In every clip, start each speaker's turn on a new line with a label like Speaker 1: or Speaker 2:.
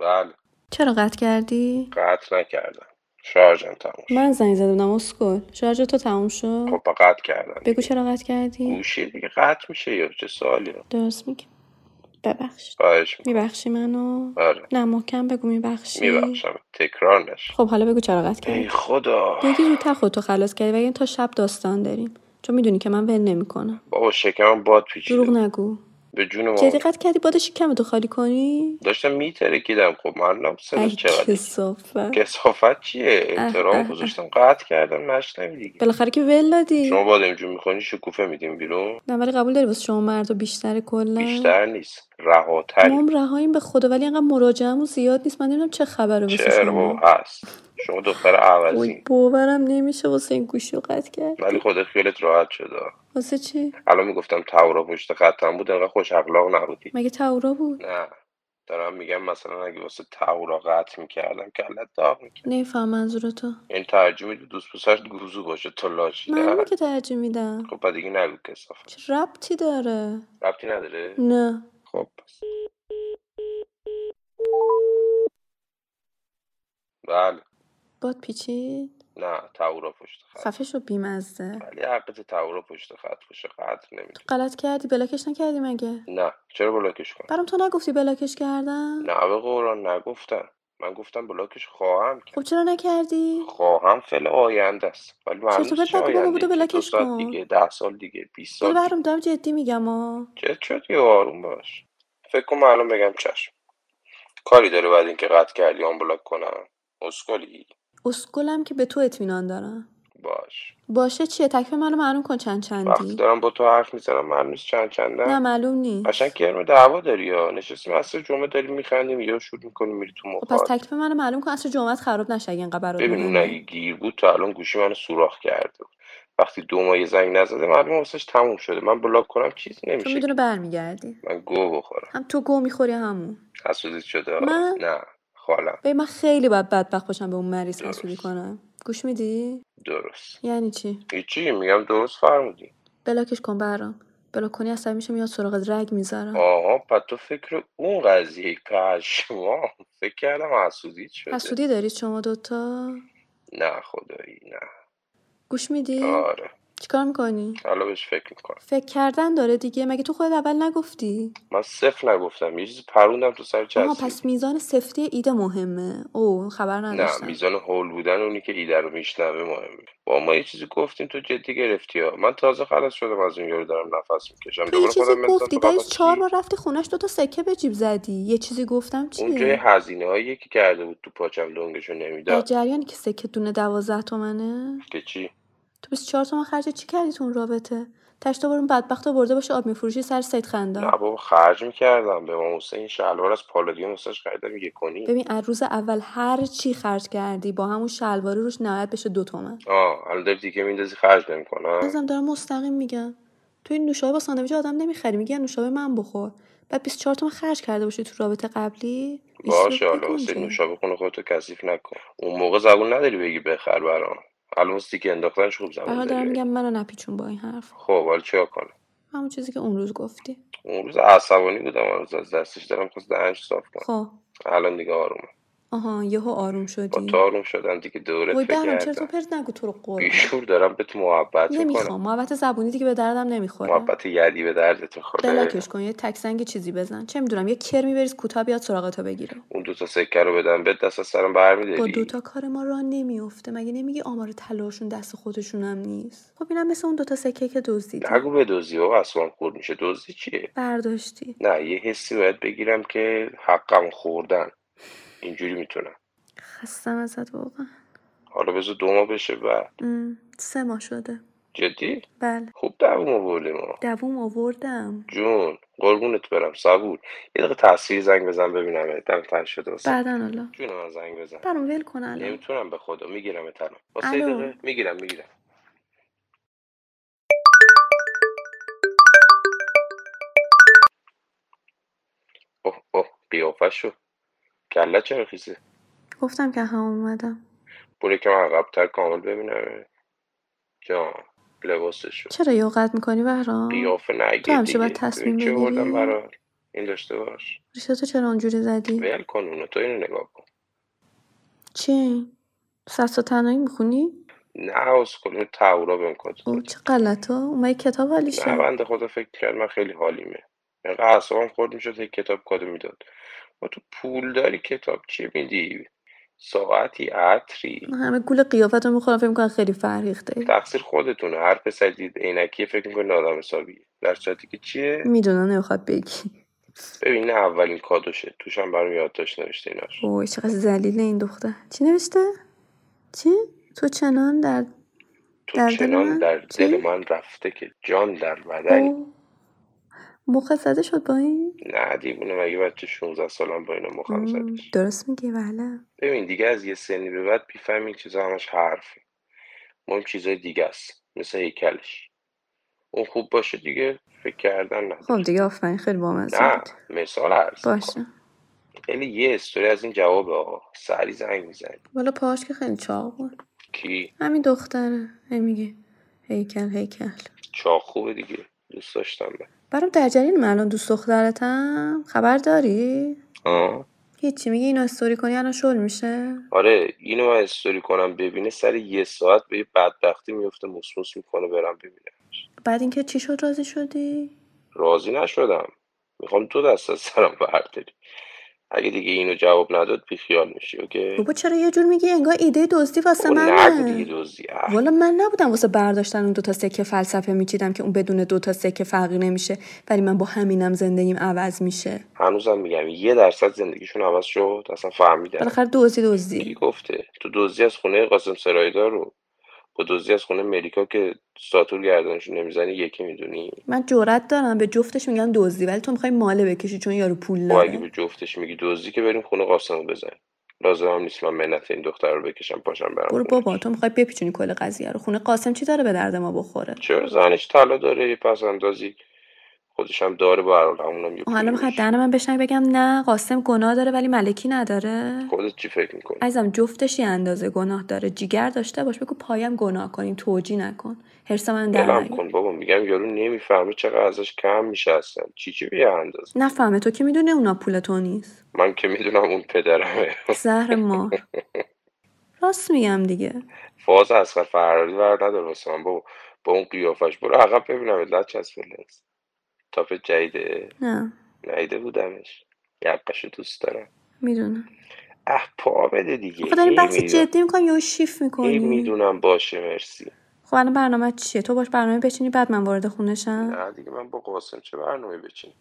Speaker 1: بله
Speaker 2: چرا قطع کردی؟
Speaker 1: قطع نکردم شارژم تموم شد
Speaker 2: من زنگ زده بودم اسکل شارژ تو تموم شد
Speaker 1: خب با قطع کردن
Speaker 2: بگو چرا قطع کردی
Speaker 1: گوشی دیگه قطع میشه یا چه سوالیه
Speaker 2: درست میگی ببخش
Speaker 1: خواهش می‌کنم.
Speaker 2: میبخشی منو
Speaker 1: آره
Speaker 2: نه محکم بگو میبخشی
Speaker 1: میبخشم تکرار نشه
Speaker 2: خب حالا بگو چرا قطع
Speaker 1: ای
Speaker 2: کردی
Speaker 1: خدا
Speaker 2: یکی زودتر خودتو خلاص کردی و یعنی تا شب داستان داریم چون میدونی که من ول نمیکنم
Speaker 1: بابا شکمم باد
Speaker 2: دروغ
Speaker 1: پیچیده
Speaker 2: نگو
Speaker 1: به جون
Speaker 2: جدی
Speaker 1: مامان
Speaker 2: قطع کردی باد شکمتو خالی کنی
Speaker 1: داشتم میترکیدم خب معلوم سنت
Speaker 2: ای
Speaker 1: چقدر
Speaker 2: کسافت
Speaker 1: کسافت چیه
Speaker 2: اه
Speaker 1: احترام
Speaker 2: اه اه
Speaker 1: گذاشتم قطع کردم نشنوی دیگه
Speaker 2: بالاخره که ول دادی
Speaker 1: شما بادم جون میخونی شکوفه میدیم بیرون
Speaker 2: نه ولی قبول داری واسه شما مردا بیشتر کلا
Speaker 1: بیشتر نیست رهاتری
Speaker 2: ما هم رهاییم به خدا ولی اینقدر مراجعهمون زیاد نیست من نمیدونم چه خبره واسه
Speaker 1: چرا
Speaker 2: شما
Speaker 1: بابا هست شما دختر
Speaker 2: وای
Speaker 1: عوضی
Speaker 2: باورم نمیشه واسه این گوشی رو قطع
Speaker 1: ولی
Speaker 2: کردی
Speaker 1: خودت خیالت راحت شده
Speaker 2: واسه چی
Speaker 1: الان میگفتم تورا پشت خطم بود انقدر خوش اخلاق نبودی
Speaker 2: مگه تورا بود
Speaker 1: نه دارم میگم مثلا اگه واسه تورا قطع میکردم کلت داغ میکرد
Speaker 2: نمیفهم منظور تو
Speaker 1: این ترجمه دوست پسرش گروزو باشه تو لاشی
Speaker 2: معلومه
Speaker 1: نه
Speaker 2: که ترجیح میدم
Speaker 1: خب بعد دیگه نگو کسافت
Speaker 2: چه ربطی داره
Speaker 1: ربطی نداره
Speaker 2: نه
Speaker 1: خب پس. بله
Speaker 2: باد پیچید
Speaker 1: نه تورا پشت خط
Speaker 2: خفه شو بیمزده
Speaker 1: ولی حقت تورا پشت خط باشه خط
Speaker 2: تو
Speaker 1: نمیتونه
Speaker 2: غلط کردی بلاکش نکردی مگه
Speaker 1: نه چرا بلاکش کنم
Speaker 2: برام تو نگفتی بلاکش کردم
Speaker 1: نه به قرآن نگفتم من گفتم بلاکش خواهم
Speaker 2: خب
Speaker 1: کرد
Speaker 2: چرا نکردی
Speaker 1: خواهم فعل آینده است ولی
Speaker 2: چرا
Speaker 1: معلوم
Speaker 2: تو
Speaker 1: نیست
Speaker 2: بهت
Speaker 1: چه
Speaker 2: نگو بابا بودو
Speaker 1: آینده که دو
Speaker 2: بلاکش
Speaker 1: ساعت
Speaker 2: کن
Speaker 1: دیگه ده سال دیگه بیست
Speaker 2: بودو
Speaker 1: سال دیگه
Speaker 2: برام دارم جدی میگم آه.
Speaker 1: چه شد یه آروم باش فکر کنم الان بگم چشم کاری داره بعد اینکه قطع کردی آن بلاک کنم اسکلی
Speaker 2: اسکلم که به تو اطمینان دارم
Speaker 1: باش
Speaker 2: باشه چیه تکلیف منو معلوم کن چند
Speaker 1: وقتی
Speaker 2: چندی
Speaker 1: دارم با تو حرف میزنم معلوم نیست چند
Speaker 2: نه
Speaker 1: چندم
Speaker 2: معلوم
Speaker 1: قشنگ
Speaker 2: نیست
Speaker 1: کرم دعوا داری یا نشستیم اصر جمعه داریم میخندیم یا شوت میکنیم میری تو
Speaker 2: خب پس
Speaker 1: مخاط
Speaker 2: تکلیف منو معلوم کن اصل جمعت خراب نشه اگه اینقدر برات
Speaker 1: ببین اون
Speaker 2: مهمه
Speaker 1: اگه گیر بود تا الان گوشی منو سوراخ کرده بود وقتی دو ماه یه زنگ نزده معلومه واسش تموم شده من بلاک کنم چیزی
Speaker 2: چون
Speaker 1: نمیشه
Speaker 2: میدونه
Speaker 1: که
Speaker 2: برمیگردی
Speaker 1: من گوه بخورم
Speaker 2: هم تو گو میخوری همون
Speaker 1: حسودیت شده ها؟
Speaker 2: من
Speaker 1: نه خالم
Speaker 2: به من خیلی باید بدبخت باشم به اون مریض حسودی
Speaker 1: درست
Speaker 2: کنم گوش میدی
Speaker 1: درست
Speaker 2: یعنی چی
Speaker 1: هیچی میگم درست فرمودی
Speaker 2: بلاکش کن برام بلاک کنی عصبی میشه میاد سراغت رگ میذارم
Speaker 1: آها پس تو فکر اون قضیه پشما فکر کردم حسودیت شده
Speaker 2: حسودی دارید شما دوتا
Speaker 1: نه خدایی نه
Speaker 2: گوش میدی
Speaker 1: آره
Speaker 2: چیکار میکنی
Speaker 1: حالا بهش فکر میکنم
Speaker 2: فکر کردن داره دیگه مگه تو خود اول نگفتی
Speaker 1: من صفر نگفتم یه چیزی پروندم تو سر
Speaker 2: آها
Speaker 1: چسبید
Speaker 2: پس میزان سفتی ایده مهمه او خبر
Speaker 1: نه
Speaker 2: نداشتم
Speaker 1: میزان هول بودن اونی که ایده رو میشنوه مهمه با ما یه چیزی گفتیم تو جدی گرفتی ها من تازه خلاص شدم از اون یارو دارم نفس میکشم
Speaker 2: تو یه
Speaker 1: دوباره
Speaker 2: چیزی
Speaker 1: خودم بندازم
Speaker 2: گفتی
Speaker 1: تو
Speaker 2: بعدش
Speaker 1: قفس
Speaker 2: چهار
Speaker 1: کی
Speaker 2: بار رفتی خونش دوتا سکه به جیب زدی یه چیزی گفتم
Speaker 1: اون جای
Speaker 2: چیه
Speaker 1: هزینه هایی که کرده بود تو پاچم دونگشو
Speaker 2: در
Speaker 1: نمیداد
Speaker 2: جریانی که سکه دونه دوازده تومنه
Speaker 1: که چی
Speaker 2: تو 24 تومن خرج چی کردی تو اون رابطه تش دوباره اون بدبخت رو برده باشه آب میفروشی سر سید
Speaker 1: نه
Speaker 2: خندان
Speaker 1: بابا خرج میکردم به امام حسین شلوار از پالادیوم واسش خریدم یک و نیم
Speaker 2: ببین از روز اول هر چی خرج کردی با همون شلواره روش نهایت بشه دو تومن
Speaker 1: آه حالا داری دیگه میندازی خرج نمیکنم
Speaker 2: بازم دارم مستقیم میگم تو این نوشابه با ساندویچ آدم نمیخری میگی از نوشابه من بخور بعد 24 تومن خرج کرده باشی تو رابطه قبلی
Speaker 1: باشه
Speaker 2: اشتباه
Speaker 1: حالا واسه
Speaker 2: بگنجه
Speaker 1: نوشابه خونه خودتو کثیف نکن اون موقع زبون نداری بگی بخر برام الان واسه که انداختنش خوب
Speaker 2: به
Speaker 1: زبون
Speaker 2: حال
Speaker 1: داری
Speaker 2: دارم
Speaker 1: بگی
Speaker 2: آره، میگم منو نپیچون با این حرفا
Speaker 1: خب حالا چیکار کنم
Speaker 2: همون چیزی که اون روز گفتی
Speaker 1: اون روز عصبانی بودم اون روز از دستش دارم خواست دهنش صاف کنم
Speaker 2: خب
Speaker 1: الان دیگه آرومه
Speaker 2: آها یهو آروم
Speaker 1: با تو
Speaker 2: شدی
Speaker 1: آروم شدم دیگه دورت
Speaker 2: وای بهرام چرا
Speaker 1: بگردم
Speaker 2: تو پرت نگو تو رو قرآن
Speaker 1: بیشور دارم بهت محبت میکنم
Speaker 2: نمیخوام محبت زبونی دیگه به دردم نمیخوره
Speaker 1: محبت یدی به دردت میخوره
Speaker 2: بلاکش کن یه تکسنگ چیزی بزن چه میدونم یه کرمی بریز کوتاه بیاد سراغتو بگیره
Speaker 1: اون دوتا سکه رو بدم به دست از سرم
Speaker 2: با
Speaker 1: برمیداری
Speaker 2: دوتا کار ما را نمیفته مگه نمیگی آمار طلاشون دست خودشون هم نیست خب اینم مثل اون دوتا سکه که دزدیدی
Speaker 1: نگو به دوزی و اسمان خورد میشه دوزی چیه
Speaker 2: برداشتی
Speaker 1: نه یه حسی باید بگیرم که حقم خوردن اینجوری میتونم
Speaker 2: خستم ازت واقعا
Speaker 1: حالا بذار دو ماه بشه بعد
Speaker 2: ام، سه ماه شده
Speaker 1: جدی
Speaker 2: بله
Speaker 1: خوب دووم آوردی ما
Speaker 2: دووم آوردم
Speaker 1: جون قربونت برم صبور یه دقیقه تحصیل زنگ بزن ببینم دم تنگ شده واسه
Speaker 2: بعدا حالا
Speaker 1: جون من زنگ بزن
Speaker 2: برام ول کن الان
Speaker 1: نمیتونم به خدا میگیرم الان واسه یه
Speaker 2: الو.
Speaker 1: دقیقه میگیرم میگیرم اوه اوه قیافه شو کله چرا خیسه
Speaker 2: گفتم که هم اومدم
Speaker 1: برو که من عقبتر کامل ببینم جان لباسش رو
Speaker 2: چرا یوقت میکنی بهرام
Speaker 1: قیافه نگیر
Speaker 2: تو همیشه
Speaker 1: دیگه.
Speaker 2: باید تصمیم
Speaker 1: ببین چه آوردم
Speaker 2: بگیری.
Speaker 1: برات این داشته باش
Speaker 2: ریشه تو چرا اونجوری زدی
Speaker 1: ول کن اونو تو اینو نگاه کن
Speaker 2: چی سست و تنهایی میخونی
Speaker 1: نه حواس کن اون تعورا بهم کن تو
Speaker 2: او
Speaker 1: خودت.
Speaker 2: چه غلطا اومدی کتاب
Speaker 1: نه
Speaker 2: حالیشه
Speaker 1: بنده خدا فکر کرد من خیلی حالیمه اینقدر اعصابم خورد میشد یک کتاب کادو میداد ما تو پول داری کتاب چی میدی ساعتی عطری
Speaker 2: همه گول قیافت رو میخورم فکر میکنم خیلی فرهیخته ای
Speaker 1: تقصیر خودتونه هر پسر دید عینکی فکر میکنه آدم حسابیه در صورتی که چیه
Speaker 2: میدونم نمیخواد بگی
Speaker 1: ببین نه اولین کادوشه توش هم برام یادداشت نوشته ایناش
Speaker 2: اوه چقدر زلیل این دختر چی نوشته چی تو چنان در
Speaker 1: تو
Speaker 2: در دل
Speaker 1: چنان
Speaker 2: من
Speaker 1: در دل
Speaker 2: چی
Speaker 1: من رفته که جان در بدنی
Speaker 2: او مخ زده شد با این
Speaker 1: نه دیوونه مگه بچه 16 سالم با اینا مخم
Speaker 2: مم،
Speaker 1: زدش
Speaker 2: درست میگی بله
Speaker 1: ببین دیگه از یه سنی به بعد بیفهم این چیزا همش حرفه مهم چیزای دیگه است مثل هیکلش اون خوب باشه دیگه فکر کردن
Speaker 2: خب
Speaker 1: نداره
Speaker 2: دیگه آفرین خیلی بامزه
Speaker 1: نه
Speaker 2: بود
Speaker 1: مثال عرض میکنم
Speaker 2: باشه
Speaker 1: خیلی یه استوری از این جواب آقا سری زنگ میزنی
Speaker 2: والا پاهاش که خیلی چاق بود
Speaker 1: کی
Speaker 2: همین دختره هی میگه هیکل هیکل
Speaker 1: چاق خوبه دیگه دوست داشتم من
Speaker 2: برام در جریان من الان دوست دخترتم خبر داری
Speaker 1: آه.
Speaker 2: هیچی میگه اینو استوری کنی الان شل میشه
Speaker 1: آره اینو من استوری کنم ببینه سر یه ساعت به یه بدبختی میفته موسموس میکنه برم ببینم
Speaker 2: بعد اینکه چی شد راضی شدی
Speaker 1: راضی نشدم میخوام تو دست از سرم برداری اگه دیگه اینو جواب نداد بیخیال میشی اوکی
Speaker 2: بابا چرا یه جور میگی انگار ایده دزدی خب، واسه
Speaker 1: بابا نگو دیگه
Speaker 2: منه
Speaker 1: دزدی اه.
Speaker 2: والا من نبودم واسه برداشتن اون دوتا سکه فلسفه میچیدم که اون بدون دوتا سکه فقیر نمیشه ولی من با همینم زندگیم عوض میشه
Speaker 1: هنوزم میگم یه درصد زندگیشون عوض شد اصلا فهمیدن
Speaker 2: بالاخره دزدی
Speaker 1: کی
Speaker 2: دزدیه
Speaker 1: گفته تو دزدی از خونه قاسم سرایدار رو با دزدی از خونه ملیکا که ساتور گردنشون نمیزنی یکی میدونی
Speaker 2: من جرأت دارم به جفتش میگم دزدی ولی تو میخوای ماله بکشی چون یارو پول
Speaker 1: و خب، اگه
Speaker 2: داره
Speaker 1: به جفتش میگی دزدی که بریم خونه قاسم رو بزن لازم هم نیست من منت این دختر رو بکشم پاشم برم
Speaker 2: برو بابا
Speaker 1: خونش
Speaker 2: تو میخوای بپیچونی کل قضیه رو خونه قاسم چی داره به درد ما بخوره
Speaker 1: چرا زنش طلا داره یه پس اندازی خودش هم داره با هر حال همون هم یه
Speaker 2: آه، حالا
Speaker 1: پولی
Speaker 2: میخواد
Speaker 1: میشه
Speaker 2: دهن من بشنگ بگم نه قاسم گناه داره ولی ملکی نداره
Speaker 1: خودت چی فکر میکنی
Speaker 2: عزیزم جفتش یه اندازه گناه داره جیگر داشته باش بگو پایم گناه کنیم توجی نکن حرس من در
Speaker 1: ولم
Speaker 2: نیار
Speaker 1: کن بابا میگم یارو نمیفهمه چقدر ازش کم میشه اصلا چی چی به یه اندازه
Speaker 2: نفهمه تو که میدونه اونا پول تو نیست
Speaker 1: من که میدونم اون پدرمه
Speaker 2: زهر مار راست میگم دیگه
Speaker 1: فاز اصغر فراری ور نداره واسه من بابا با اون قیافش برو عقب ببینم علت چه از فلز تاپ جدیده
Speaker 2: نه
Speaker 1: نیده بودمش یقش دوست دارم
Speaker 2: میدونم
Speaker 1: اه پا بده دیگه
Speaker 2: آخه خب، داریم
Speaker 1: هی
Speaker 2: بحث
Speaker 1: میدونم
Speaker 2: جدی میکنیم یهو شیف
Speaker 1: هی
Speaker 2: میکنی
Speaker 1: میدونم باشه مرسی
Speaker 2: خب الان برنامه چیه تو باش برنامه بچینی بعد من وارد خونشم
Speaker 1: نه دیگه من با قاسم چه برنامه بچینم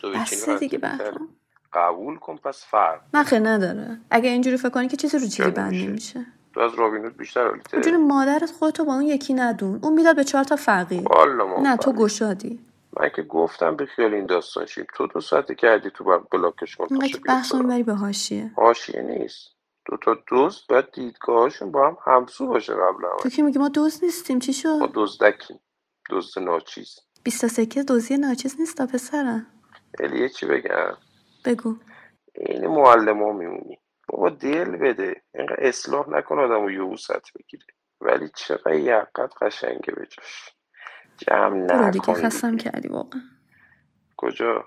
Speaker 1: تو بچینی
Speaker 2: بسه
Speaker 1: برای
Speaker 2: دیگه
Speaker 1: تو بهتره
Speaker 2: بهرام
Speaker 1: قبول کن پس فرق
Speaker 2: نه خیر نداره اگه اینجوری فکر کنی که چیزی رو چیزی
Speaker 1: چرا
Speaker 2: بند
Speaker 1: نمیشه
Speaker 2: نمیشه
Speaker 1: تو از رابین هود بیشتر
Speaker 2: خب جون
Speaker 1: حالیته
Speaker 2: مادرت خودتو با اون یکی ندون اون میداد به چهار تا فقیر
Speaker 1: والا
Speaker 2: نه تو
Speaker 1: موفقی
Speaker 2: گشادی
Speaker 1: من که گفتم به خیال این داستان شیم تو دو ساعته کردی تو بر بلاکش کن
Speaker 2: اینقدر
Speaker 1: پاشه
Speaker 2: که
Speaker 1: بیاد
Speaker 2: بحث رو
Speaker 1: برام
Speaker 2: میبری به حاشیه
Speaker 1: حاشیه نیست دو تا دوست باید دیدگاهاشون با هم همسو باشه قبل
Speaker 2: تو
Speaker 1: همش
Speaker 2: که میگی ما دوست نیستیم چی
Speaker 1: ما
Speaker 2: شد
Speaker 1: دزدکیم دزد ناچیز
Speaker 2: بیستا سکه دوزی ناچیز نیست تا پسرم
Speaker 1: الیه چی بگم
Speaker 2: بگو
Speaker 1: این معلم ها میمونی بابا دل بده اینقدر اصلاح نکن آدم و یبوست بگیره ولی چقدر یقت قشنگه بجاش جمع
Speaker 2: برو دیگه
Speaker 1: نکن
Speaker 2: خستم
Speaker 1: دیگه
Speaker 2: کردی واقعا
Speaker 1: کجا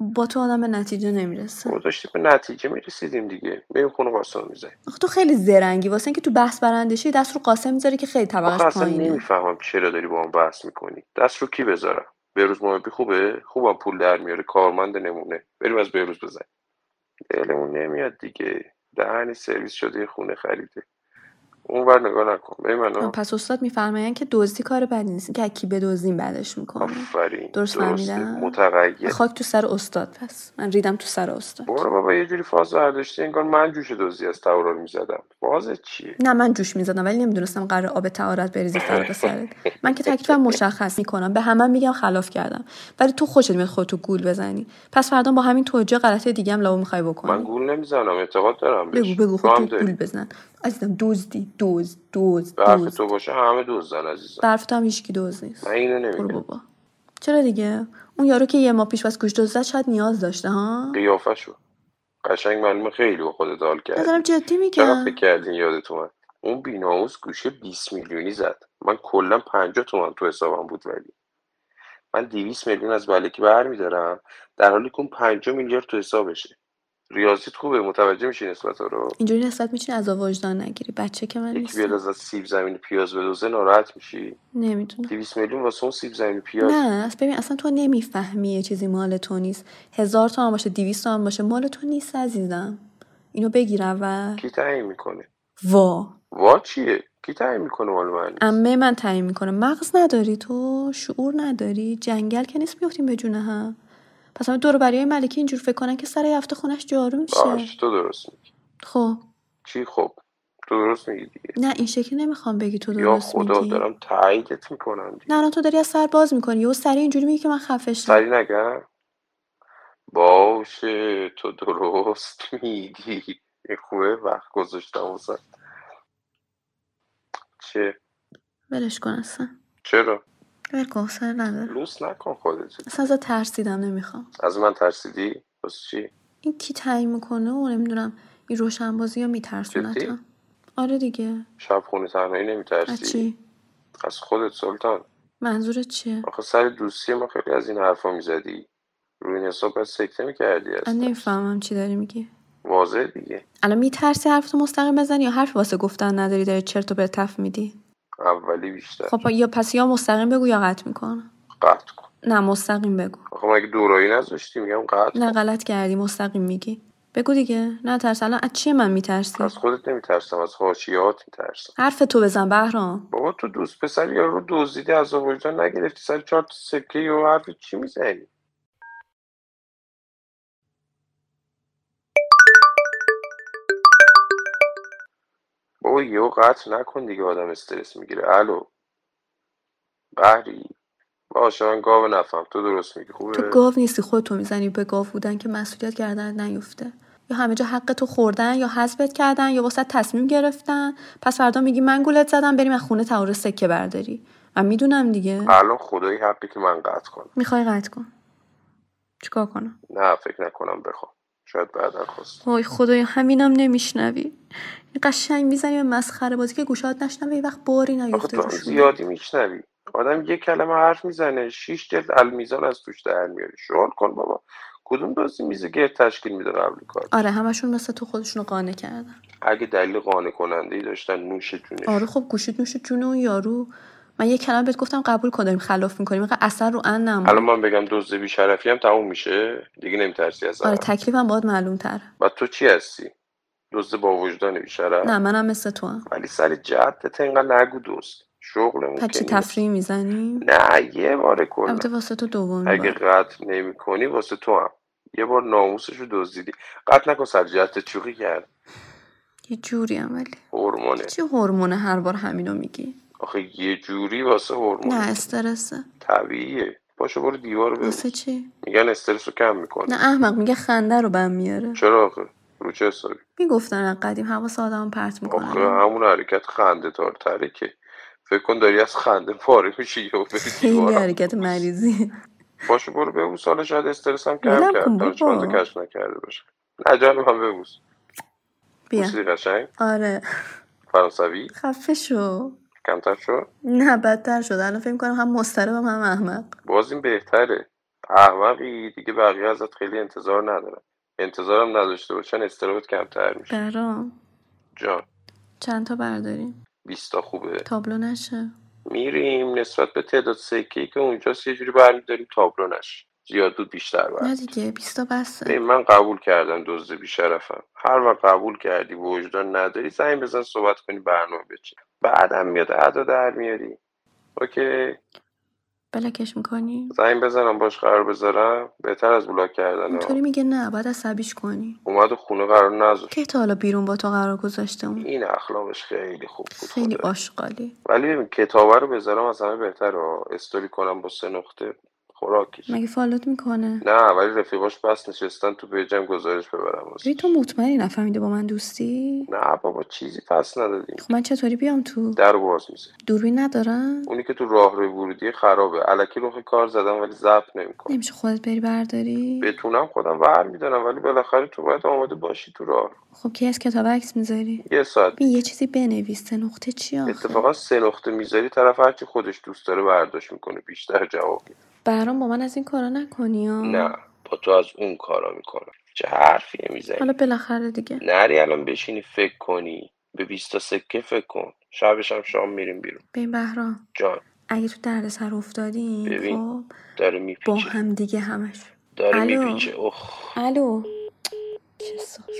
Speaker 2: با تو آدم به نتیجه نمیرسه
Speaker 1: بابا داشتی به نتیجه میرسیدیم دیگه میریم خونه قاسم میزنیم
Speaker 2: آخه تو خیلی زرنگی واسه اینکه تو بحث برندشی دست رو قاسم میذاری که خیلی
Speaker 1: آخه
Speaker 2: طبقش
Speaker 1: اصلا
Speaker 2: پایینه
Speaker 1: نمیفهمم چرا داری با هم بحث میکنی دست رو کی بذارم بهروز محبی خوبه خوبم پول در میاره کارمند نمونه بریم از بهروز بزنیم دلمون نمیاد دیگه دهنی سرویس شده یه خونه خریده اونور نگاه نکن به
Speaker 2: آه،
Speaker 1: منو
Speaker 2: پس استاد میفرمایند که دزدی کار بدی نیست که کی بدزدیم بعدش میکنه
Speaker 1: آفرین
Speaker 2: درست فهمیدم؟ خب.
Speaker 1: متغیر
Speaker 2: خاک تو سر استاد پس من ریدم تو سر استاد
Speaker 1: برو بابا یه جوری فاز برداشتی انگار من جوش دزدی از توران میزدم فازت چیه
Speaker 2: نه من جوش میزدم ولی نمیدونستم قرار آب تعارت بریزی فرق سرت من که تکلیفم مشخص میکنم به همه میگم خلاف کردم ولی تو خوشت میاد خودتو گول بزنی پس فردا با همین توجه غلطه دیگه هم لابو میخوای
Speaker 1: من
Speaker 2: بکنی
Speaker 1: گول نمیزنم اعتقاد دارم بهش
Speaker 2: بگو بگو
Speaker 1: تو هم
Speaker 2: خودتو
Speaker 1: داری
Speaker 2: گول بزن عزیزم دزدی دزد دزد
Speaker 1: به حرف
Speaker 2: دزد
Speaker 1: تو باشه همه دزدن عزیزم
Speaker 2: برف تو هم هیچکی دزد
Speaker 1: من
Speaker 2: نیست
Speaker 1: اینو
Speaker 2: برو
Speaker 1: نمیگم
Speaker 2: بابا چرا دیگه اون یارو که یه ماه پیش بس گوش دزد شاید نیاز داشته ها
Speaker 1: قیافشو قشنگ معلومه خیلی با خودت حال
Speaker 2: نظرم
Speaker 1: کردی
Speaker 2: جدی
Speaker 1: چقدر فکر
Speaker 2: میگم
Speaker 1: کردین یادت اومد اون بیناموس گوشه 20 میلیونی زد من کلا 50 تومن تو حسابم بود ولی من 200 میلیون از بلکی برمیدارم در حالی که اون 5 میلیارد تو حسابشه ریاضیت خوبه متوجه میشی نسبت ها رو
Speaker 2: اینجوری نسبت میتونی از وجدان نگیری بچه که من
Speaker 1: یکی بیاد
Speaker 2: نیستم
Speaker 1: از سیب زمین پیاز بدوزه ناراحت میشی
Speaker 2: نمیدونم
Speaker 1: 200 میلیون واسه اون سیب زمین پیازه
Speaker 2: نه اصلا ببین اصلا تو نمیفهمی یه چیزی مال تو نیست هزار تومن باشه دیویست تومن باشه مال تو نیست عزیزم اینو بگیر اول
Speaker 1: کی تعیین میکنه
Speaker 2: وا
Speaker 1: وا چیه کی تعیین میکنه مال من نیست
Speaker 2: امه من تعیین میکنه مغز نداری تو شعور نداری جنگل که نیست میفتیم به جونه هم پس همه دور برای ملکی اینجور فکر کنن که سر یه هفته خونش جارو میشه
Speaker 1: باش تو درست میگی
Speaker 2: خب
Speaker 1: چی خب تو درست میگی دیگه
Speaker 2: نه این شکلی نمیخوام بگی تو
Speaker 1: یا
Speaker 2: درست
Speaker 1: خدا
Speaker 2: میگی
Speaker 1: دارم تاییدت میکنم
Speaker 2: نه
Speaker 1: دیگه
Speaker 2: الان تو داری از سر باز میکنی یهو سری اینجوری میگی که من خفشم
Speaker 1: سری نگم باشه تو درست میگی این خوبه وقت گذاشتم واسه چه
Speaker 2: ولش کن اصلا
Speaker 1: چرا
Speaker 2: ول کن حوصله ندارم
Speaker 1: لوس نکن خودت
Speaker 2: اصلا ازت ترسیدم نمیخوام
Speaker 1: از من ترسیدی بس چی
Speaker 2: این کی تعیین میکنه و نمیدونم این روشنبازی ها
Speaker 1: جدی
Speaker 2: میترسونتم آره دیگه
Speaker 1: شب خونه تنهایی
Speaker 2: از
Speaker 1: نمیترسی
Speaker 2: چی
Speaker 1: از خودت سلطان
Speaker 2: منظورت چیه
Speaker 1: آخه سر دوستی ما خیلی از این حرفا میزدی روی این حساب باید سکته میکردی
Speaker 2: من
Speaker 1: از ترس
Speaker 2: نمیفهمم چی داری میگی
Speaker 1: واضح دیگه
Speaker 2: الان میترسی حرفتو مستقیم بزنی یا حرف واسه گفتن نداری داری چرت و پرت میدی
Speaker 1: اولی بیشتر
Speaker 2: خب یا پس یا مستقیم بگو یا قطع میکنم
Speaker 1: قطع کن
Speaker 2: نه مستقیم بگو
Speaker 1: آخه مگه دورایی نذاشتی میگم قطع
Speaker 2: نه
Speaker 1: کن
Speaker 2: غلط کردی مستقیم میگی بگو دیگه نه ترس الان از چی من
Speaker 1: از
Speaker 2: میترسی
Speaker 1: خودت نمیترسم از حاشیات میترسم
Speaker 2: حرف تو بزن بهرام
Speaker 1: بابا تو دوست پسر یارو رو دزدیدی از وجدان نگرفتی سر چهار تا سکه و حرف چی میزنی بابا یهو قطع نکن دیگه آدم استرس میگیره الو بحری باشه من گاو نفهم تو درست میگی
Speaker 2: تو
Speaker 1: خوبه
Speaker 2: گاو نیستی خودتو میزنی به گاو بودن که مسئولیت گردن نیفته یا همه جا حق تو خوردن یا حذفت کردن یا واسه تصمیم گرفتن پس فردا میگی من گولت زدم بریم از خونه تعار سکه برداری من میدونم دیگه
Speaker 1: الان خدایی حقی که من قطع کنم
Speaker 2: میخوای قطع کن چیکار کنم
Speaker 1: نه فکر نکنم بخوام شاید بعدا خواست
Speaker 2: وای خدایا همینم نمیشنوی این قشنگ میزنی به مسخره بازی که گوشات نشنوه یه وقت باری
Speaker 1: آخه
Speaker 2: نیفته
Speaker 1: تو هم
Speaker 2: روشونه
Speaker 1: زیادی میشنوی آدم یه کلمه حرف میزنه شیش جلد المیزان از توش در میاری شغل کن بابا کدوم دوستی میزه گرد تشکیل میده قبل
Speaker 2: آره
Speaker 1: کارش
Speaker 2: همشون مثل تو خودشونو قانع کردن
Speaker 1: اگه دلیل قانع کننده ای داشتن نوش
Speaker 2: آره
Speaker 1: جونشون
Speaker 2: خب گوشت نوش جون اون یارو من یه کلمه بهت گفتم قبول کن داریم خلاف میکنیم اینقدر اثر رو ان
Speaker 1: الان
Speaker 2: نمون
Speaker 1: من بگم دزد بی شرفی هم تموم میشه دیگه نمیترسی
Speaker 2: آره
Speaker 1: ازم
Speaker 2: تکلیفم باید معلوم تره
Speaker 1: و تو چی هستی دزد با وجدان بی
Speaker 2: نه
Speaker 1: شرف
Speaker 2: منم مثل تو هم.
Speaker 1: ولی سر جدت اینقدر نگو دزد شغلمون
Speaker 2: پس
Speaker 1: که
Speaker 2: چی
Speaker 1: نیست
Speaker 2: تفریح میزنیم
Speaker 1: نه یه باره کلا
Speaker 2: البته واسه تو دومی
Speaker 1: اگه
Speaker 2: بار
Speaker 1: قطع نمی کنی واسه تو هم یه بار ناموسش رو دزدیدی قطع نکن سر جدت چوخی کرد
Speaker 2: یه جوری هم ولی
Speaker 1: هورمونه
Speaker 2: چی هورمونه هر بار همینو میگی
Speaker 1: آخه یه جوری واسه
Speaker 2: نه
Speaker 1: هورمونه
Speaker 2: استرسه
Speaker 1: طبیعیه باشه برو دیوار رو
Speaker 2: واسه
Speaker 1: ببوس
Speaker 2: چی
Speaker 1: میگن استرس رو کم میکنه
Speaker 2: نه احمق میگه خنده رو بهم میاره
Speaker 1: چرا آخه رو چه حسابی
Speaker 2: میگفتن از قدیم حواس آدم
Speaker 1: آخه
Speaker 2: پرت میکنن
Speaker 1: همون حرکت خنده دارتره که فکر کن داری از خنده پاره میشی یا بری
Speaker 2: خیلی
Speaker 1: دیوارم
Speaker 2: حرکت
Speaker 1: ببوسی
Speaker 2: مریضی
Speaker 1: باشه برو ببوس حالا شاید استرس هم کم
Speaker 2: ولم
Speaker 1: کرد
Speaker 2: کن
Speaker 1: دانشمندا
Speaker 2: بابا
Speaker 1: کشف نکرده باشه نه جانم هم ببوس
Speaker 2: بیا
Speaker 1: بوسیدی قشنگ
Speaker 2: آره
Speaker 1: فرانسوی
Speaker 2: خفه شو
Speaker 1: کمتر شد
Speaker 2: نه بدتر شد الان فکر کنم هم مضطربم هم احمق
Speaker 1: باز این بهتره احمقی دیگه بقیه ازت خیلی انتظار ندارن انتظارم نداشته باشن استرابت کمتر میشه
Speaker 2: برام
Speaker 1: جان
Speaker 2: چند تا برداریم
Speaker 1: بیستا خوبه
Speaker 2: تابلو نشه
Speaker 1: میریم نسبت به تعداد سکه که اونجاست یه جوری برمیداریم تابلو نشه زیاد بود بیشتر
Speaker 2: نه
Speaker 1: بر
Speaker 2: دیگه بیستا
Speaker 1: ببین،
Speaker 2: بسه
Speaker 1: من قبول کردم دزد بیشرفم هر وقت قبول کردی و وجدان نداری زنگ بزن صحبت کنی برنامه بچین بعدم میاد ادا در میاری اوکی
Speaker 2: بلکش میکنی
Speaker 1: زنگ بزنم باش قرار بذارم بهتر از بلاک کردن
Speaker 2: اینطوری
Speaker 1: ها
Speaker 2: میگه نه باید عصبیش کنی
Speaker 1: اومد و خونه قرار نذاشت
Speaker 2: کی تا حالا بیرون با تو قرار گذاشته اون
Speaker 1: این اخلاقش خیلی خوب بود
Speaker 2: خیلی
Speaker 1: خدایی
Speaker 2: آشغالی
Speaker 1: ولی ببین کتابه رو بذارم از همه بهتره ها. استوری کنم با سه نقطه خوراکش
Speaker 2: مگه فالوت میکنه
Speaker 1: نه ولی رفیقاش بس نشستن تو پیجم گزارش ببرم
Speaker 2: ری تو
Speaker 1: واسش
Speaker 2: مطمئنی نفهمیده با من دوستی
Speaker 1: نه بابا چیزی پس ندادیم
Speaker 2: خب من چطوری بیام تو
Speaker 1: در باز میزه
Speaker 2: دوربین ندارن
Speaker 1: اونی که تو راه روی ورودی خرابه علکی رخ کار زدم ولی ضبط نمیکنه
Speaker 2: نمیشه خودت بری برداری
Speaker 1: بتونم خودم ور میدارم ولی بالاخره تو باید آماده باشی تو راه
Speaker 2: خب کی از کتاب عکس میذاری
Speaker 1: یه ساعت
Speaker 2: ببین
Speaker 1: دیگه
Speaker 2: یه چیزی بنویس سه نقطه چی آخه
Speaker 1: اتفاقا سه نقطه میذاری طرف هرچی خودش دوست داره برداشت میکنه بیشتر جواب میده
Speaker 2: برام با من از این کارا نکنی
Speaker 1: نه
Speaker 2: ها
Speaker 1: با تو از اون کارا میکنم چه حرفی
Speaker 2: حالا
Speaker 1: میزنی
Speaker 2: بالاخره دیگه
Speaker 1: نری الان بشینی فکر کنی به 20 تا سکه فکر کن شبش هم شام میریم بیرون
Speaker 2: ببین بهرام
Speaker 1: جان
Speaker 2: اگه تو درد سر افتادیم
Speaker 1: ببین
Speaker 2: خب
Speaker 1: داره
Speaker 2: با
Speaker 1: میپیچه
Speaker 2: هم دیگه همش
Speaker 1: داره
Speaker 2: الو
Speaker 1: میپیچه اوخ
Speaker 2: الو چه صافه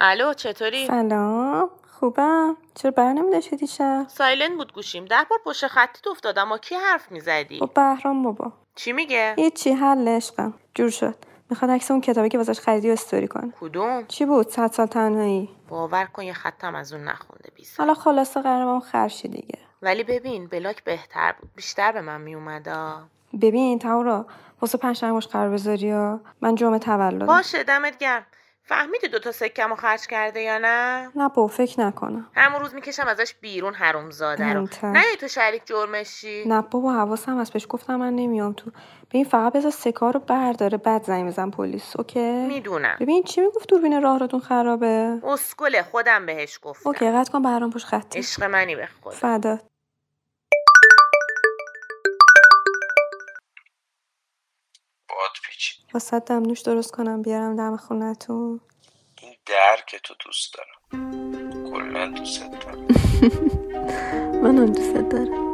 Speaker 3: الو چطوری؟
Speaker 2: سلام خوبم چرا بر نمیداشتی دیشب
Speaker 3: سایلنت بود گوشیم ده بار پشت خطیت افتادم با کی حرف
Speaker 2: با
Speaker 3: میزدی؟
Speaker 2: خب بهرام بابا
Speaker 3: چی میگه؟
Speaker 2: هیچی حل عشقم جور شد میخواد عکس اون کتابی که واسش خریدی و استوری کنه
Speaker 3: کدوم؟
Speaker 2: چی بود صد سال تنهایی
Speaker 3: باور کن یه خطم از اون نخونده بی
Speaker 2: حالا
Speaker 3: سایه.
Speaker 2: خلاصه قرار با اون خرشی دیگه
Speaker 3: ولی ببین بلاک بهتر بود بیشتر به من میومدا
Speaker 2: ببین تورا واسه پنج تنگوش قرار بذاری ها من جمعه تولدم
Speaker 3: باشه دمت گرم فهمیدی دوتا سکم رو خرج کرده یا نه؟
Speaker 2: نه با فکر نکنم
Speaker 3: همون روز میکشم ازش بیرون حرومزاده رو
Speaker 2: همینطور
Speaker 3: نه تو شریک جرمشی؟
Speaker 2: نه بابا حواسم هست بهش گفتم من نمیام تو ببین فقط بذار سکار رو برداره بعد زنگ بزن پلیس اوکی
Speaker 3: میدونم
Speaker 2: ببین چی میگفت دوربین راهروتون خرابه
Speaker 3: اسکله خودم بهش گفتم
Speaker 2: اوکی قطع کن برام پوش خطی
Speaker 3: عشق منی به خدا
Speaker 2: فدات
Speaker 1: باد پیچید
Speaker 2: واسه دم نوش درست کنم بیارم دم خونتون
Speaker 1: این درک تو دوست دارم کلا دوست دارم
Speaker 2: منم دوست دارم